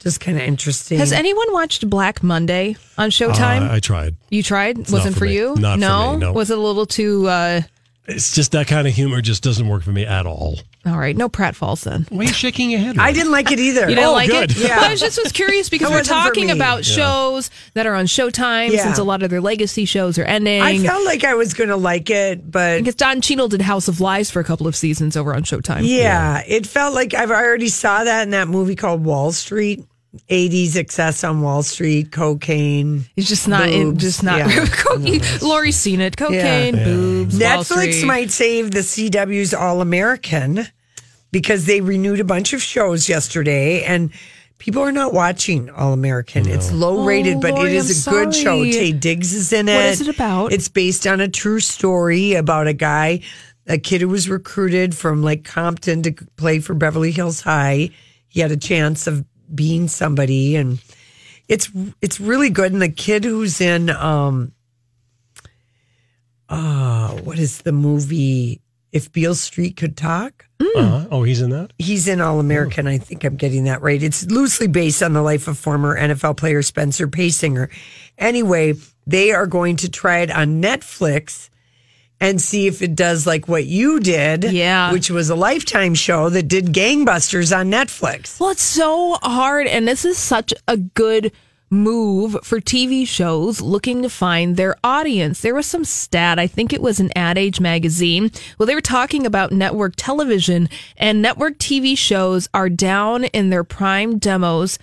Speaker 3: Just kind of interesting.
Speaker 2: Has anyone watched Black Monday on Showtime?
Speaker 1: Uh, I tried.
Speaker 2: you tried?
Speaker 1: It's
Speaker 2: Wasn't
Speaker 1: not for
Speaker 2: for,
Speaker 1: me.
Speaker 2: you?
Speaker 1: Not for
Speaker 2: no?
Speaker 1: me, no.
Speaker 2: Was it a little too, uh,
Speaker 1: It's just that kind of humor just doesn't work for me at all.
Speaker 2: all right, no pratfalls then.
Speaker 1: Why are you shaking your head?
Speaker 3: I didn't like it either.
Speaker 2: You didn't
Speaker 1: Oh,
Speaker 2: like
Speaker 1: good.
Speaker 2: it?
Speaker 1: Yeah.
Speaker 2: Well, I was just was curious because
Speaker 3: That
Speaker 2: we're
Speaker 3: wasn't for
Speaker 2: talking
Speaker 3: me.
Speaker 2: about
Speaker 3: Yeah.
Speaker 2: shows that are on Showtime
Speaker 3: Yeah.
Speaker 2: since a lot of their legacy shows are ending.
Speaker 3: I felt like I was going to like it, but
Speaker 2: because Don Cheadle did House of Lies for a couple of seasons over on Showtime.
Speaker 3: yeah, it felt like I've already saw that in that movie called Wall Street. 80s excess on Wall Street, cocaine.
Speaker 2: It's just not, it,
Speaker 3: boobs.
Speaker 2: just not.
Speaker 3: Yeah.
Speaker 2: cocaine. Lori's seen it. Cocaine,
Speaker 3: Yeah.
Speaker 2: boobs. Wall
Speaker 3: Netflix
Speaker 2: Street.
Speaker 3: might save the CW's All American because they renewed a bunch of shows yesterday and people are not watching All American. It's low
Speaker 2: Oh,
Speaker 3: rated, but
Speaker 2: Lori,
Speaker 3: it is
Speaker 2: I'm
Speaker 3: a good show.
Speaker 2: sorry.
Speaker 3: Tay Diggs is in it.
Speaker 2: What is it about?
Speaker 3: It's based on a true story about a guy, a kid who was recruited from like Compton to play for Beverly Hills High. He had a chance of being somebody and it's it's really good and the kid who's in um uh what is the movie if Beale Street could talk
Speaker 1: Uh-huh. Oh, he's in that?
Speaker 3: he's in All American
Speaker 1: Oh.
Speaker 3: I think I'm getting that right it's loosely based on the life of former NFL player Spencer Pasinger anyway they are going to try it on Netflix and see if it does like what you did
Speaker 2: Yeah.
Speaker 3: which was a lifetime show that did gangbusters on Netflix
Speaker 2: Well, it's so hard, and this is such a good move for TV shows looking to find their audience. There was some stat, I think it was an Ad Age magazine. Well, they were talking about network television, and network TV shows are down in their prime demos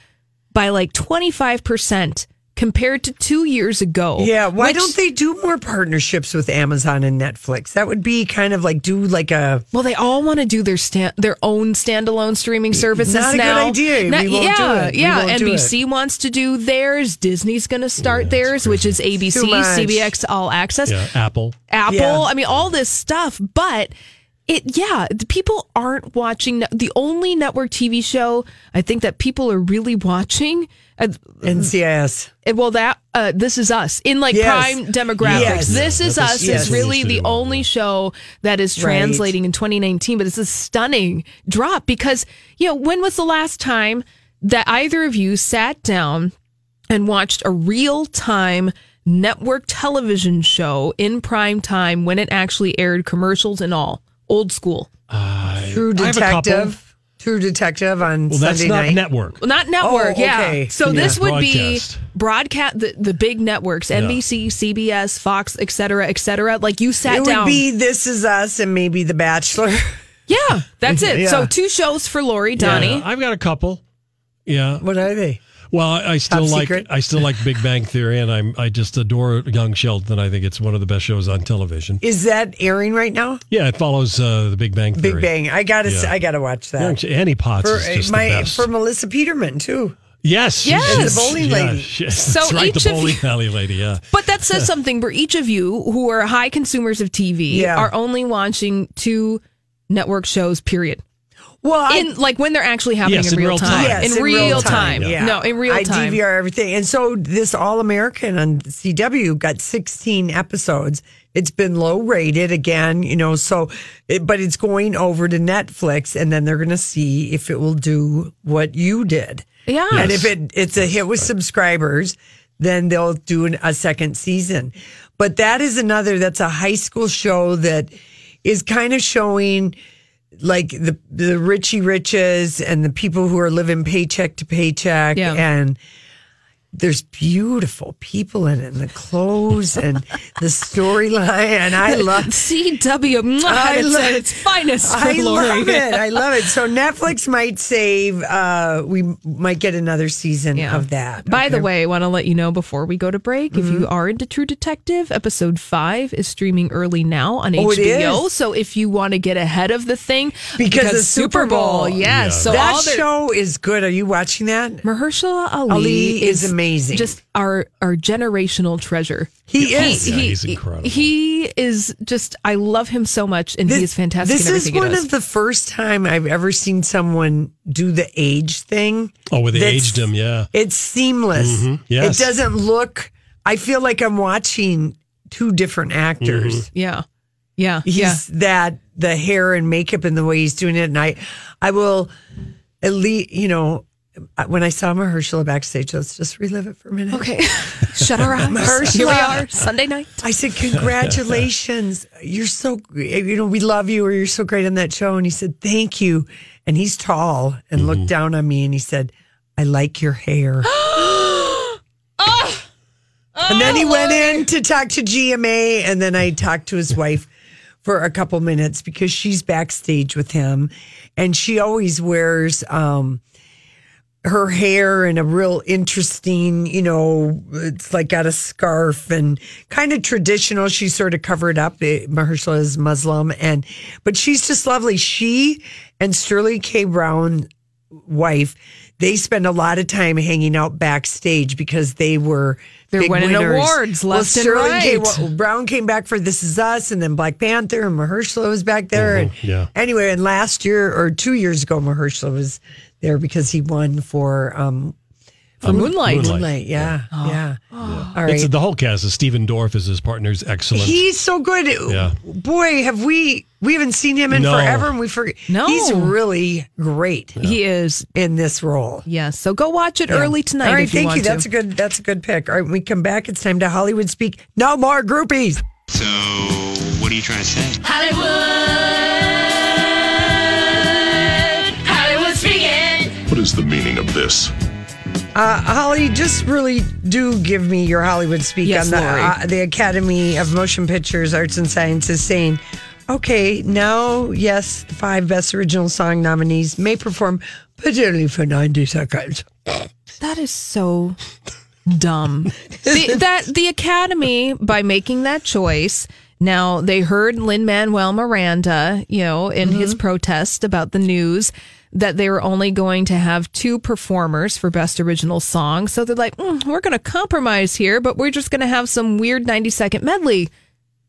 Speaker 2: by like 25% compared to two years ago.
Speaker 3: Yeah, why
Speaker 2: which-
Speaker 3: don't they do more partnerships with Amazon and Netflix? That would be kind of like do like a
Speaker 2: Well, they all want to do their stand, their own standalone streaming services
Speaker 3: Not a good
Speaker 2: now.
Speaker 3: idea. We won't do
Speaker 2: yeah,
Speaker 3: it. We
Speaker 2: yeah.
Speaker 3: won't do
Speaker 2: NBC wants to do theirs. Disney's going to start theirs, which is ABC,
Speaker 3: Too much.
Speaker 2: CBX All Access,
Speaker 1: Yeah, Apple.
Speaker 2: Apple.
Speaker 3: Yeah.
Speaker 2: I mean, all this stuff. But it, yeah, the people aren't watching the only network TV show I think that people are really watching. Uh,
Speaker 1: Mm-hmm.
Speaker 3: NCIS.
Speaker 2: and well, that uh, this is us in like
Speaker 3: Yes.
Speaker 2: prime demographics.
Speaker 3: Yes.
Speaker 2: This
Speaker 1: Yeah,
Speaker 2: is
Speaker 1: that's
Speaker 2: us.
Speaker 1: the
Speaker 2: It's
Speaker 1: season
Speaker 2: really
Speaker 1: you
Speaker 2: the
Speaker 1: should
Speaker 2: only show that is
Speaker 3: Right.
Speaker 2: translating in 2019. But it's a stunning drop because you know when was the last time that either of you sat down and watched a real time network television show in prime time when it actually aired commercials and all old school
Speaker 3: True
Speaker 1: I have a couple.
Speaker 3: Detective. True Detective on
Speaker 1: Well, that's
Speaker 3: Sunday
Speaker 1: not
Speaker 3: night.
Speaker 1: network.
Speaker 2: Well, not network,
Speaker 3: Oh, okay.
Speaker 2: yeah. So
Speaker 1: Yeah.
Speaker 2: this would
Speaker 1: Broadcast.
Speaker 2: be broadcast the, the big networks, NBC, CBS, Fox, et cetera, et cetera. Like you sat
Speaker 3: it would
Speaker 2: down.
Speaker 3: be This Is Us and maybe The Bachelor.
Speaker 2: yeah, that's it.
Speaker 3: Yeah.
Speaker 2: So two shows for Lori, Donnie.
Speaker 1: Yeah, I've got a couple. Yeah.
Speaker 3: what are they?
Speaker 1: Well, I, I still
Speaker 3: Top
Speaker 1: like
Speaker 3: secret.
Speaker 1: I still like Big Bang Theory, and I'm I just adore Young Sheldon. I think it's one of the best shows on television.
Speaker 3: Is that airing right now?
Speaker 1: Yeah, it follows uh, the Big Bang Theory.
Speaker 3: Big Bang. I gotta. s
Speaker 1: Yeah.
Speaker 3: I gotta watch
Speaker 1: Young
Speaker 3: that
Speaker 1: Sh- Annie Potts
Speaker 3: for
Speaker 1: is just
Speaker 3: my
Speaker 1: the best.
Speaker 3: for Melissa Peterman too.
Speaker 1: Yes, she's-
Speaker 2: Yes.
Speaker 1: she's-
Speaker 2: The bowling
Speaker 1: yeah,
Speaker 2: lady.
Speaker 1: she-
Speaker 2: So
Speaker 1: that's right,
Speaker 2: each
Speaker 1: the
Speaker 2: of
Speaker 1: bowling
Speaker 2: you-
Speaker 1: alley lady. Yeah,
Speaker 2: But that says something where each of you who are high consumers of TV
Speaker 3: Yeah.
Speaker 2: are only watching two network shows, period.
Speaker 3: Well, I-
Speaker 2: in like when they're actually happening
Speaker 3: Yes,
Speaker 2: in, real time.
Speaker 3: Yes,
Speaker 2: in, real, time.
Speaker 3: yeah.
Speaker 2: No, in real
Speaker 3: I
Speaker 2: time.
Speaker 3: DVR everything. And so this All American on CW got 16 episodes. It's been low rated again, you know, so, it, but it's going over to Netflix and then they're going to see if it will do what you did.
Speaker 2: Yeah.
Speaker 3: And
Speaker 2: Yes.
Speaker 3: if it it's a hit with subscribers, then they'll do an, a second season. But that is another that's a high school show that is kind of showing like the the Richie Riches and the people who are living paycheck to paycheck
Speaker 2: Yeah.
Speaker 3: and there's beautiful people in it and the clothes and the storyline and I love
Speaker 2: CW. mwah,
Speaker 3: I
Speaker 2: it's
Speaker 3: love-
Speaker 2: at its finest.
Speaker 3: I
Speaker 2: Lori.
Speaker 3: love it. I love it. So Netflix might save. Uh, we might get another season of that.
Speaker 2: By the way, I want to let you know before we go to break if
Speaker 3: Mm-hmm.
Speaker 2: you are into True Detective, episode five is streaming early now on
Speaker 3: Oh, it
Speaker 2: HBO.
Speaker 3: is?
Speaker 2: So if you want to get ahead of the thing,
Speaker 3: Because of Super Bowl.
Speaker 2: yes.
Speaker 3: Yeah.
Speaker 2: So
Speaker 3: That
Speaker 2: all their-
Speaker 3: show is good. Are you watching that?
Speaker 2: Mahershala Ali,
Speaker 3: Ali is amazing.
Speaker 2: Just our our generational treasure.
Speaker 3: He is. Yeah, he's incredible.
Speaker 2: He is just. I love him so much, and he is fantastic.
Speaker 3: This
Speaker 2: in
Speaker 3: is
Speaker 2: everything he
Speaker 3: one
Speaker 2: does.
Speaker 3: of the first time I've ever seen someone do the age thing.
Speaker 1: Oh, where they
Speaker 3: That's-
Speaker 1: aged him, yeah.
Speaker 3: It's seamless.
Speaker 1: Mhm. Yes.
Speaker 3: It doesn't look. I feel like I'm watching two different actors.
Speaker 1: Mm-hmm.
Speaker 2: Yeah. Yeah.
Speaker 3: he's
Speaker 2: yeah.
Speaker 3: that the hair and makeup and the way he's doing it. And I, I will, at least you know, when I saw Mahershala backstage, let's just relive it for a minute.
Speaker 2: Okay, shut our eyes.
Speaker 3: Mahershala.
Speaker 2: Here we are, Sunday night.
Speaker 3: I said, "Congratulations! You're so gr- you know we love you, or you're so great on that show." And he said, "Thank you." And he's tall and looked down on me and he said, "I like your hair." and then he went in to talk to GMA, and then I talked to his wife for a couple minutes because she's backstage with him, and she always wears um, her hair in a real interesting, you know, it's like got a scarf and kind of traditional. She's sort of covered up. It, Mahershala is Muslim, and but she's just lovely. She and Sterling K. Brown wife, they spend a lot of time hanging out backstage because they were
Speaker 2: They're
Speaker 3: big
Speaker 2: winning
Speaker 3: winners.
Speaker 2: awards left and
Speaker 3: Sterling K.
Speaker 2: right.
Speaker 3: Wa- Brown came back for This Is Us, and then Black Panther and Mahershala was back there. And
Speaker 1: Uh-huh. yeah.
Speaker 3: anyway, and last year or two years ago, Mahershala was there because he won for um
Speaker 2: For Moonlight.
Speaker 3: Moonlight, yeah,
Speaker 2: Oh.
Speaker 3: yeah. All right.
Speaker 1: It's the whole cast. Is Stephen Dorff is his partner's excellent.
Speaker 3: He's so good.
Speaker 1: Yeah.
Speaker 3: Boy, have we we haven't seen him in
Speaker 1: No.
Speaker 3: forever, and we forget.
Speaker 2: No.
Speaker 3: he's really great.
Speaker 2: He is.
Speaker 3: in this role.
Speaker 2: Yes. So go watch it
Speaker 3: Yeah.
Speaker 2: early tonight.
Speaker 3: All right,
Speaker 2: if you
Speaker 3: thank
Speaker 2: want
Speaker 3: you.
Speaker 2: To.
Speaker 3: That's a good. That's a good pick. All right, when we come back. It's time to Hollywood speak. No more groupies.
Speaker 11: So, what are you trying to say?
Speaker 9: Hollywood, Hollywood speaking.
Speaker 12: What is the meaning of this?
Speaker 3: Uh, Holly, just really do give me your Hollywood speak
Speaker 12: Yes,
Speaker 3: on the
Speaker 12: Lori.
Speaker 3: uh, the Academy of Motion Pictures, Arts and Sciences saying, okay, now yes, the five best original song nominees may perform, but only for ninety seconds.
Speaker 2: That is so dumb. the, that the Academy by making that choice. Now they heard Lin Manuel Miranda, you know, in
Speaker 3: Mm-hmm.
Speaker 2: his protest about the news that they were only going to have two performers for best original song. So they're like, "Mm, we're going to compromise here, but we're just going to have some weird 90 second medley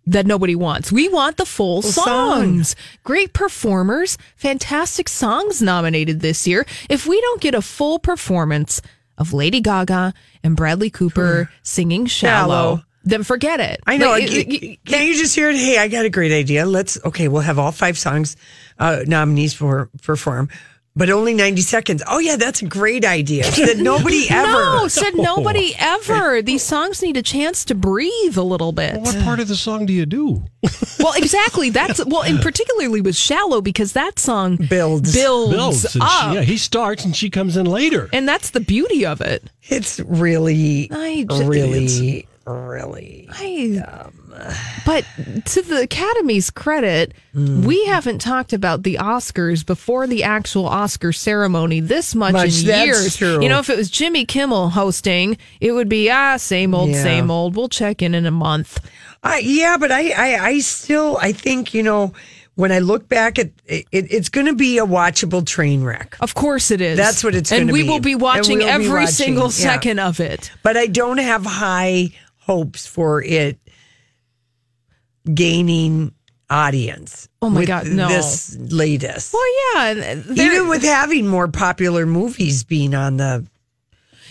Speaker 2: that nobody wants. We want the full,
Speaker 3: Full
Speaker 2: songs. Great performers, fantastic songs nominated this year. If we don't get a full performance of Lady Gaga and Bradley Cooper singing Shallow,
Speaker 3: Hmm. Shallow.
Speaker 2: then forget it.
Speaker 3: I know.
Speaker 2: Like,
Speaker 3: I-
Speaker 2: it- it-
Speaker 3: can't you just hear it? Hey, I got a great idea. Let's okay. We'll have all five songs uh, nominees for perform, but only ninety seconds. Oh yeah, that's a great idea. That nobody ever.
Speaker 2: No, said nobody ever. These songs need a chance to breathe a little bit.
Speaker 1: what part of the song do you do?
Speaker 2: well, exactly. That's well, and particularly with "Shallow" because that song
Speaker 3: builds
Speaker 2: builds,
Speaker 1: and
Speaker 2: up,
Speaker 1: She, yeah, he starts and she comes in later.
Speaker 2: and that's the beauty of it.
Speaker 3: It's really,
Speaker 2: I ju-
Speaker 3: really, really.
Speaker 2: I, but to the Academy's credit,
Speaker 3: Mm.
Speaker 2: we haven't talked about the Oscars before the actual Oscar ceremony this much,
Speaker 3: Much,
Speaker 2: in
Speaker 3: that's
Speaker 2: years.
Speaker 3: true.
Speaker 2: You know, if it was Jimmy Kimmel hosting, it would be ah, same old,
Speaker 3: Yeah.
Speaker 2: same old. We'll check in in a month.
Speaker 3: I yeah, but I, I, I still, I think you know, when I look back at it, it's going to be a watchable train wreck.
Speaker 2: Of course it is.
Speaker 3: That's what it's
Speaker 2: And
Speaker 3: going to
Speaker 2: we
Speaker 3: be.
Speaker 2: will be
Speaker 3: And
Speaker 2: watching
Speaker 3: we'll be
Speaker 2: every
Speaker 3: watching,
Speaker 2: single
Speaker 3: yeah.
Speaker 2: second of it.
Speaker 3: But I don't have high hopes for it gaining audience.
Speaker 2: Oh my
Speaker 3: with
Speaker 2: God, no.
Speaker 3: This latest.
Speaker 2: Well, yeah. and there-
Speaker 3: Even with having more popular movies being on the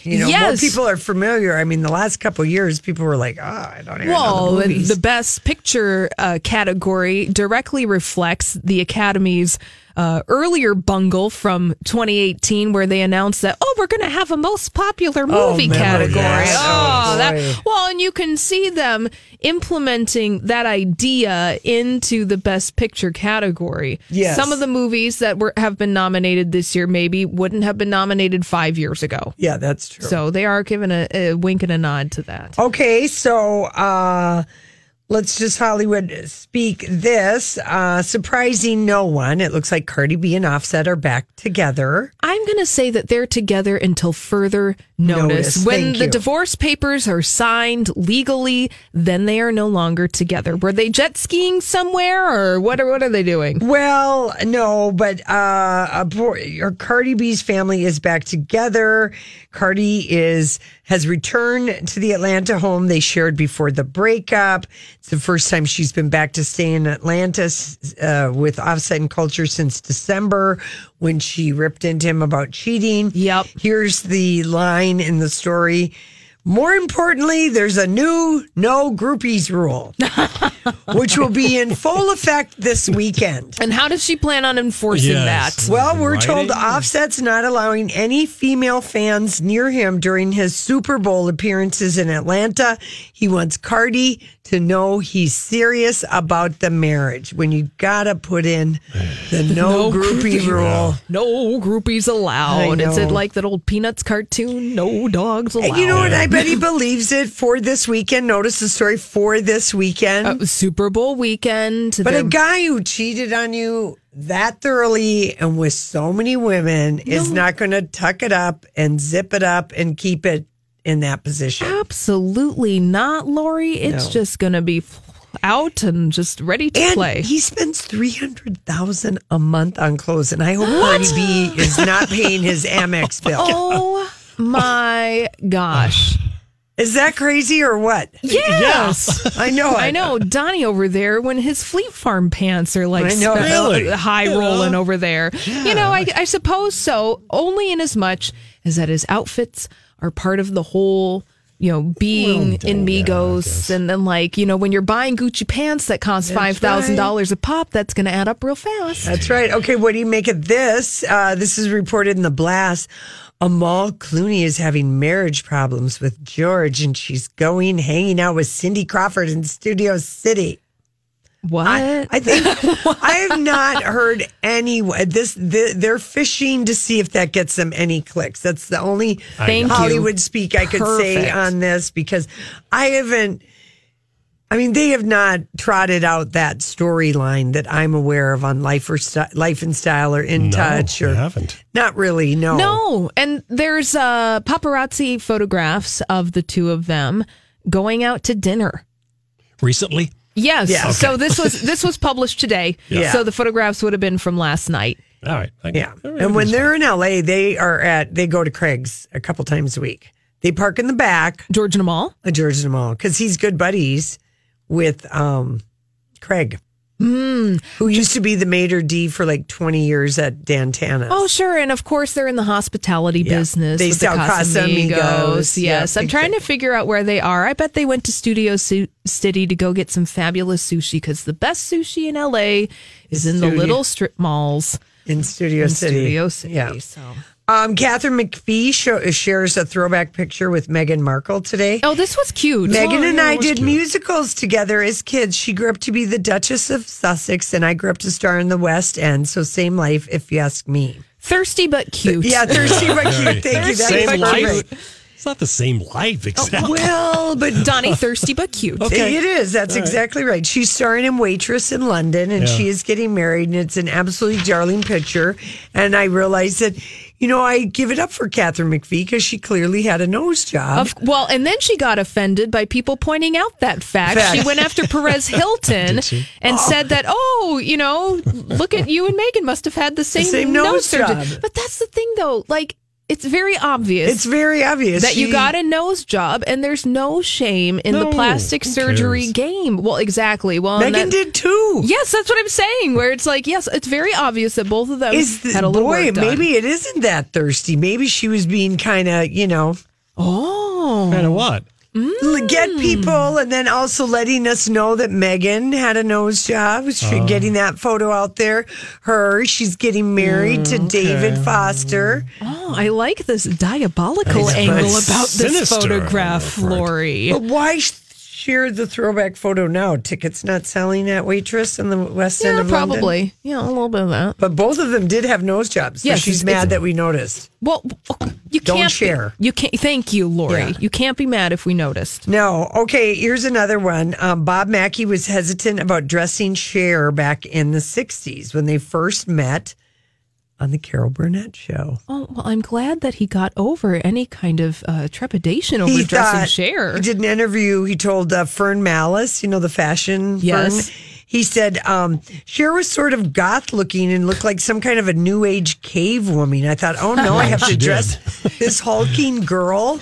Speaker 3: you know,
Speaker 2: Yes.
Speaker 3: more people are familiar. I mean, the last couple of years, people were like, "Oh, I don't even know
Speaker 2: Well,
Speaker 3: the
Speaker 2: and
Speaker 3: movies."
Speaker 2: the best picture uh, category directly reflects the Academy's uh, earlier bungle from 2018, where they announced that, oh, we're going to have a most popular
Speaker 3: Oh,
Speaker 2: movie
Speaker 3: remember
Speaker 2: category.
Speaker 3: that.
Speaker 2: Oh,
Speaker 3: Oh, boy.
Speaker 2: that. Well, and you can see them implementing that idea into the best picture category.
Speaker 3: Yes.
Speaker 2: Some of the movies that were have been nominated this year maybe wouldn't have been nominated five years ago.
Speaker 3: yeah, that's true.
Speaker 2: So they are giving a, a wink and a nod to that.
Speaker 3: Okay, so uh let's just Hollywood speak this. Uh surprising no one. It looks like Cardi B and Offset are back together.
Speaker 2: I'm going to say that they're together until further notice.
Speaker 3: Notice,
Speaker 2: When
Speaker 3: thank
Speaker 2: the
Speaker 3: you.
Speaker 2: divorce papers are signed legally, then they are no longer together. Were they jet skiing somewhere or what are, what are they doing?
Speaker 3: Well, no, but uh, a poor, your Cardi B's family is back together. Cardi is has returned to the Atlanta home they shared before the breakup. It's the first time she's been back to stay in Atlanta s- uh, with Offset and Culture since December when she ripped into him about cheating.
Speaker 2: Yep.
Speaker 3: Here's the line in the story. More importantly, there's a new no groupies rule, which will be in full effect this weekend.
Speaker 2: And how does she plan on enforcing
Speaker 1: Yes.
Speaker 2: that?
Speaker 3: Well, we're told
Speaker 1: Writing?
Speaker 3: Offset's not allowing any female fans near him during his Super Bowl appearances in Atlanta. He wants Cardi to know he's serious about the marriage. When you gotta put in the no, groupie, rule.
Speaker 2: No groupies allowed. It's like that old Peanuts cartoon, no dogs allowed.
Speaker 3: And you know what? I bet he believes it for this weekend. Notice the story for this weekend.
Speaker 2: Uh, Super Bowl weekend.
Speaker 3: but
Speaker 2: they're-
Speaker 3: a guy who cheated on you that thoroughly and with so many women is not going to tuck it up and zip it up and keep it in that position.
Speaker 2: Absolutely not, Lori. It's
Speaker 3: No.
Speaker 2: just going to be out and just ready to
Speaker 3: And
Speaker 2: play.
Speaker 3: he spends three hundred thousand a month on clothes, and I hope Cardi B is not paying his Amex bill.
Speaker 2: Oh my gosh.
Speaker 3: Is that crazy or what?
Speaker 2: Yes.
Speaker 3: I know. it.
Speaker 2: I know Donnie over there when his Fleet Farm pants are like
Speaker 3: I know.
Speaker 2: spe- uh,
Speaker 3: Really?
Speaker 2: high
Speaker 3: You
Speaker 2: rolling
Speaker 3: know?
Speaker 2: over there. You know, I, I suppose so, only in as much as that his outfits are part of the whole, you know, being in Migos. and then, like, you know, when you're buying Gucci pants that cost $5,000 a pop, that's going to add up real fast.
Speaker 3: That's right. Okay, what do you make of this? Uh, this is reported in the blast. Amal Clooney is having marriage problems with George, and she's going hanging out with Cindy Crawford in Studio City.
Speaker 2: What?
Speaker 3: I, I think I have not heard any. This the, they're fishing to see if that gets them any clicks. That's the only
Speaker 2: Thank you.
Speaker 3: Hollywood speak I could say
Speaker 2: Perfect.
Speaker 3: on this because I haven't. I mean, they have not trotted out that storyline that I'm aware of on Life or Sty Life and Style or In Touch
Speaker 1: I
Speaker 3: or
Speaker 1: haven't.
Speaker 3: not really. No,
Speaker 2: No, and there's uh, paparazzi photographs of the two of them going out to dinner.
Speaker 1: Recently?
Speaker 2: Yes.
Speaker 1: Yeah.
Speaker 2: So this was this was published today.
Speaker 3: Yeah.
Speaker 2: So the photographs would have been from last night.
Speaker 1: All right. I-
Speaker 3: Yeah.
Speaker 1: everything's
Speaker 3: And when
Speaker 1: fine.
Speaker 3: they're in LA, they are at they go to Craig's a couple times a week. They park in the back
Speaker 2: George and Amal.
Speaker 3: of George and Amal because he's good buddies with um Craig.
Speaker 2: Hmm.
Speaker 3: Who used to be the Mater D for like twenty years at Dantana.
Speaker 2: Oh, sure. And of course, they're in the hospitality
Speaker 3: Yeah.
Speaker 2: business.
Speaker 3: They
Speaker 2: with
Speaker 3: sell
Speaker 2: the
Speaker 3: Casamigos.
Speaker 2: Casamigos. Yes.
Speaker 3: Yeah,
Speaker 2: I'm trying to figure out where they are. I bet they went to Studio Su- City to go get some fabulous sushi because the best sushi in LA is in the
Speaker 3: Studio-
Speaker 2: little strip malls.
Speaker 3: in Studio
Speaker 2: in
Speaker 3: City.
Speaker 2: Studio City.
Speaker 3: Yeah.
Speaker 2: So.
Speaker 3: Um, Catherine McPhee show, shares a throwback picture with Meghan Markle today.
Speaker 2: Oh, this was cute.
Speaker 3: Megan and I
Speaker 1: was
Speaker 3: did
Speaker 1: cute.
Speaker 3: musicals together as kids. She grew up to be the Duchess of Sussex, and I grew up to star in the West End. So, same life, if you ask me.
Speaker 2: Thirsty but cute.
Speaker 3: Yeah, thirsty but
Speaker 1: Very-
Speaker 3: cute. Thank you.
Speaker 1: Same
Speaker 3: That's perfect. Oh,
Speaker 1: life. It's not the same life, exactly.
Speaker 3: Well, but
Speaker 2: Donnie, thirsty but cute.
Speaker 3: It is. That's
Speaker 1: All right.
Speaker 3: exactly right. She's starring in Waitress in London and
Speaker 1: Yeah.
Speaker 3: she is getting married, and it's an absolutely darling picture. And I realized that, you know, I give it up for Catherine McVie because she clearly had a nose job.
Speaker 2: Of, well, and then she got offended by people pointing out that fact.
Speaker 3: Fact.
Speaker 2: She went after Perez Hilton
Speaker 3: Did she?
Speaker 2: and
Speaker 3: Oh.
Speaker 2: said that, oh, you know, look at you and Megan must have had the same,
Speaker 3: same nose
Speaker 2: nose, surgery.
Speaker 3: job.
Speaker 2: But that's the thing, though. Like, it's very obvious.
Speaker 3: It's very obvious.
Speaker 2: that you
Speaker 3: She-
Speaker 2: got a nose job, and there's no shame in
Speaker 3: No,
Speaker 2: the plastic
Speaker 3: who
Speaker 2: surgery
Speaker 3: cares?
Speaker 2: game. Well, exactly. Well, and
Speaker 3: Megan
Speaker 2: that-
Speaker 3: did too.
Speaker 2: Yes, that's what I'm saying. Where it's like, yes, it's very obvious that both of them
Speaker 3: Is the,
Speaker 2: um, had a little
Speaker 3: boy,
Speaker 2: work done.
Speaker 3: maybe it isn't that thirsty. Maybe she was being kind of, you know.
Speaker 2: Oh.
Speaker 1: Kind of what?
Speaker 3: L-
Speaker 2: Hmm.
Speaker 3: Get people, and then also letting us know that Megan had a nose job. She- Getting that photo out there. Her, she's getting married to David Foster.
Speaker 2: Oh, I like this diabolical
Speaker 3: It's
Speaker 2: angle
Speaker 3: very
Speaker 2: about this
Speaker 3: sinister on
Speaker 2: photograph, Lori.
Speaker 3: But why sh- share the throwback photo now? Tickets not selling at waitress in the West End
Speaker 2: Yeah,
Speaker 3: of London?
Speaker 2: probably. Yeah, a little bit of that.
Speaker 3: But both of them did have nose jobs. So
Speaker 2: Yes,
Speaker 3: she's
Speaker 2: it's-
Speaker 3: mad that we noticed.
Speaker 2: Well, you
Speaker 3: Don't
Speaker 2: can't be-
Speaker 3: share.
Speaker 2: you can't. Thank you, Lori.
Speaker 3: Yeah.
Speaker 2: You can't be mad if we noticed.
Speaker 3: No. Okay, here's another one. Um, Bob Mackey was hesitant about dressing Cher back in the 60s when they first met on the Carol Burnett show.
Speaker 2: Oh well, I'm glad that he got over any kind of uh, trepidation over dressing
Speaker 3: thought-
Speaker 2: Cher.
Speaker 3: He did an interview. He told uh, Fern Malice, you know, the fashion.
Speaker 2: Yes.
Speaker 3: Fern, he said um, Cher was sort of goth looking and looked like some kind of a new age cave woman. I thought, oh no, I have to
Speaker 1: She did.
Speaker 3: dress this hulking girl.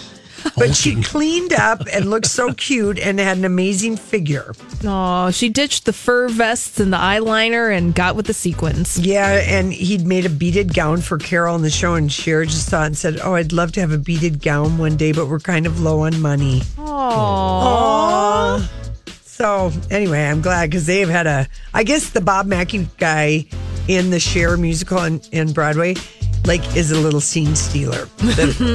Speaker 3: But she cleaned up and looked so cute and had an amazing figure.
Speaker 2: Oh, she ditched the fur vests and the eyeliner and got with the sequins.
Speaker 3: Yeah, and he'd made a beaded gown for Carol in the show, and Cher just saw it and said, "Oh, I'd love to have a beaded gown one day, but we're kind of low on money." Aww. So anyway, I'm glad because they've had a. I guess the Bob Mackey guy in the Cher musical in, in Broadway, like, is a little scene stealer. That-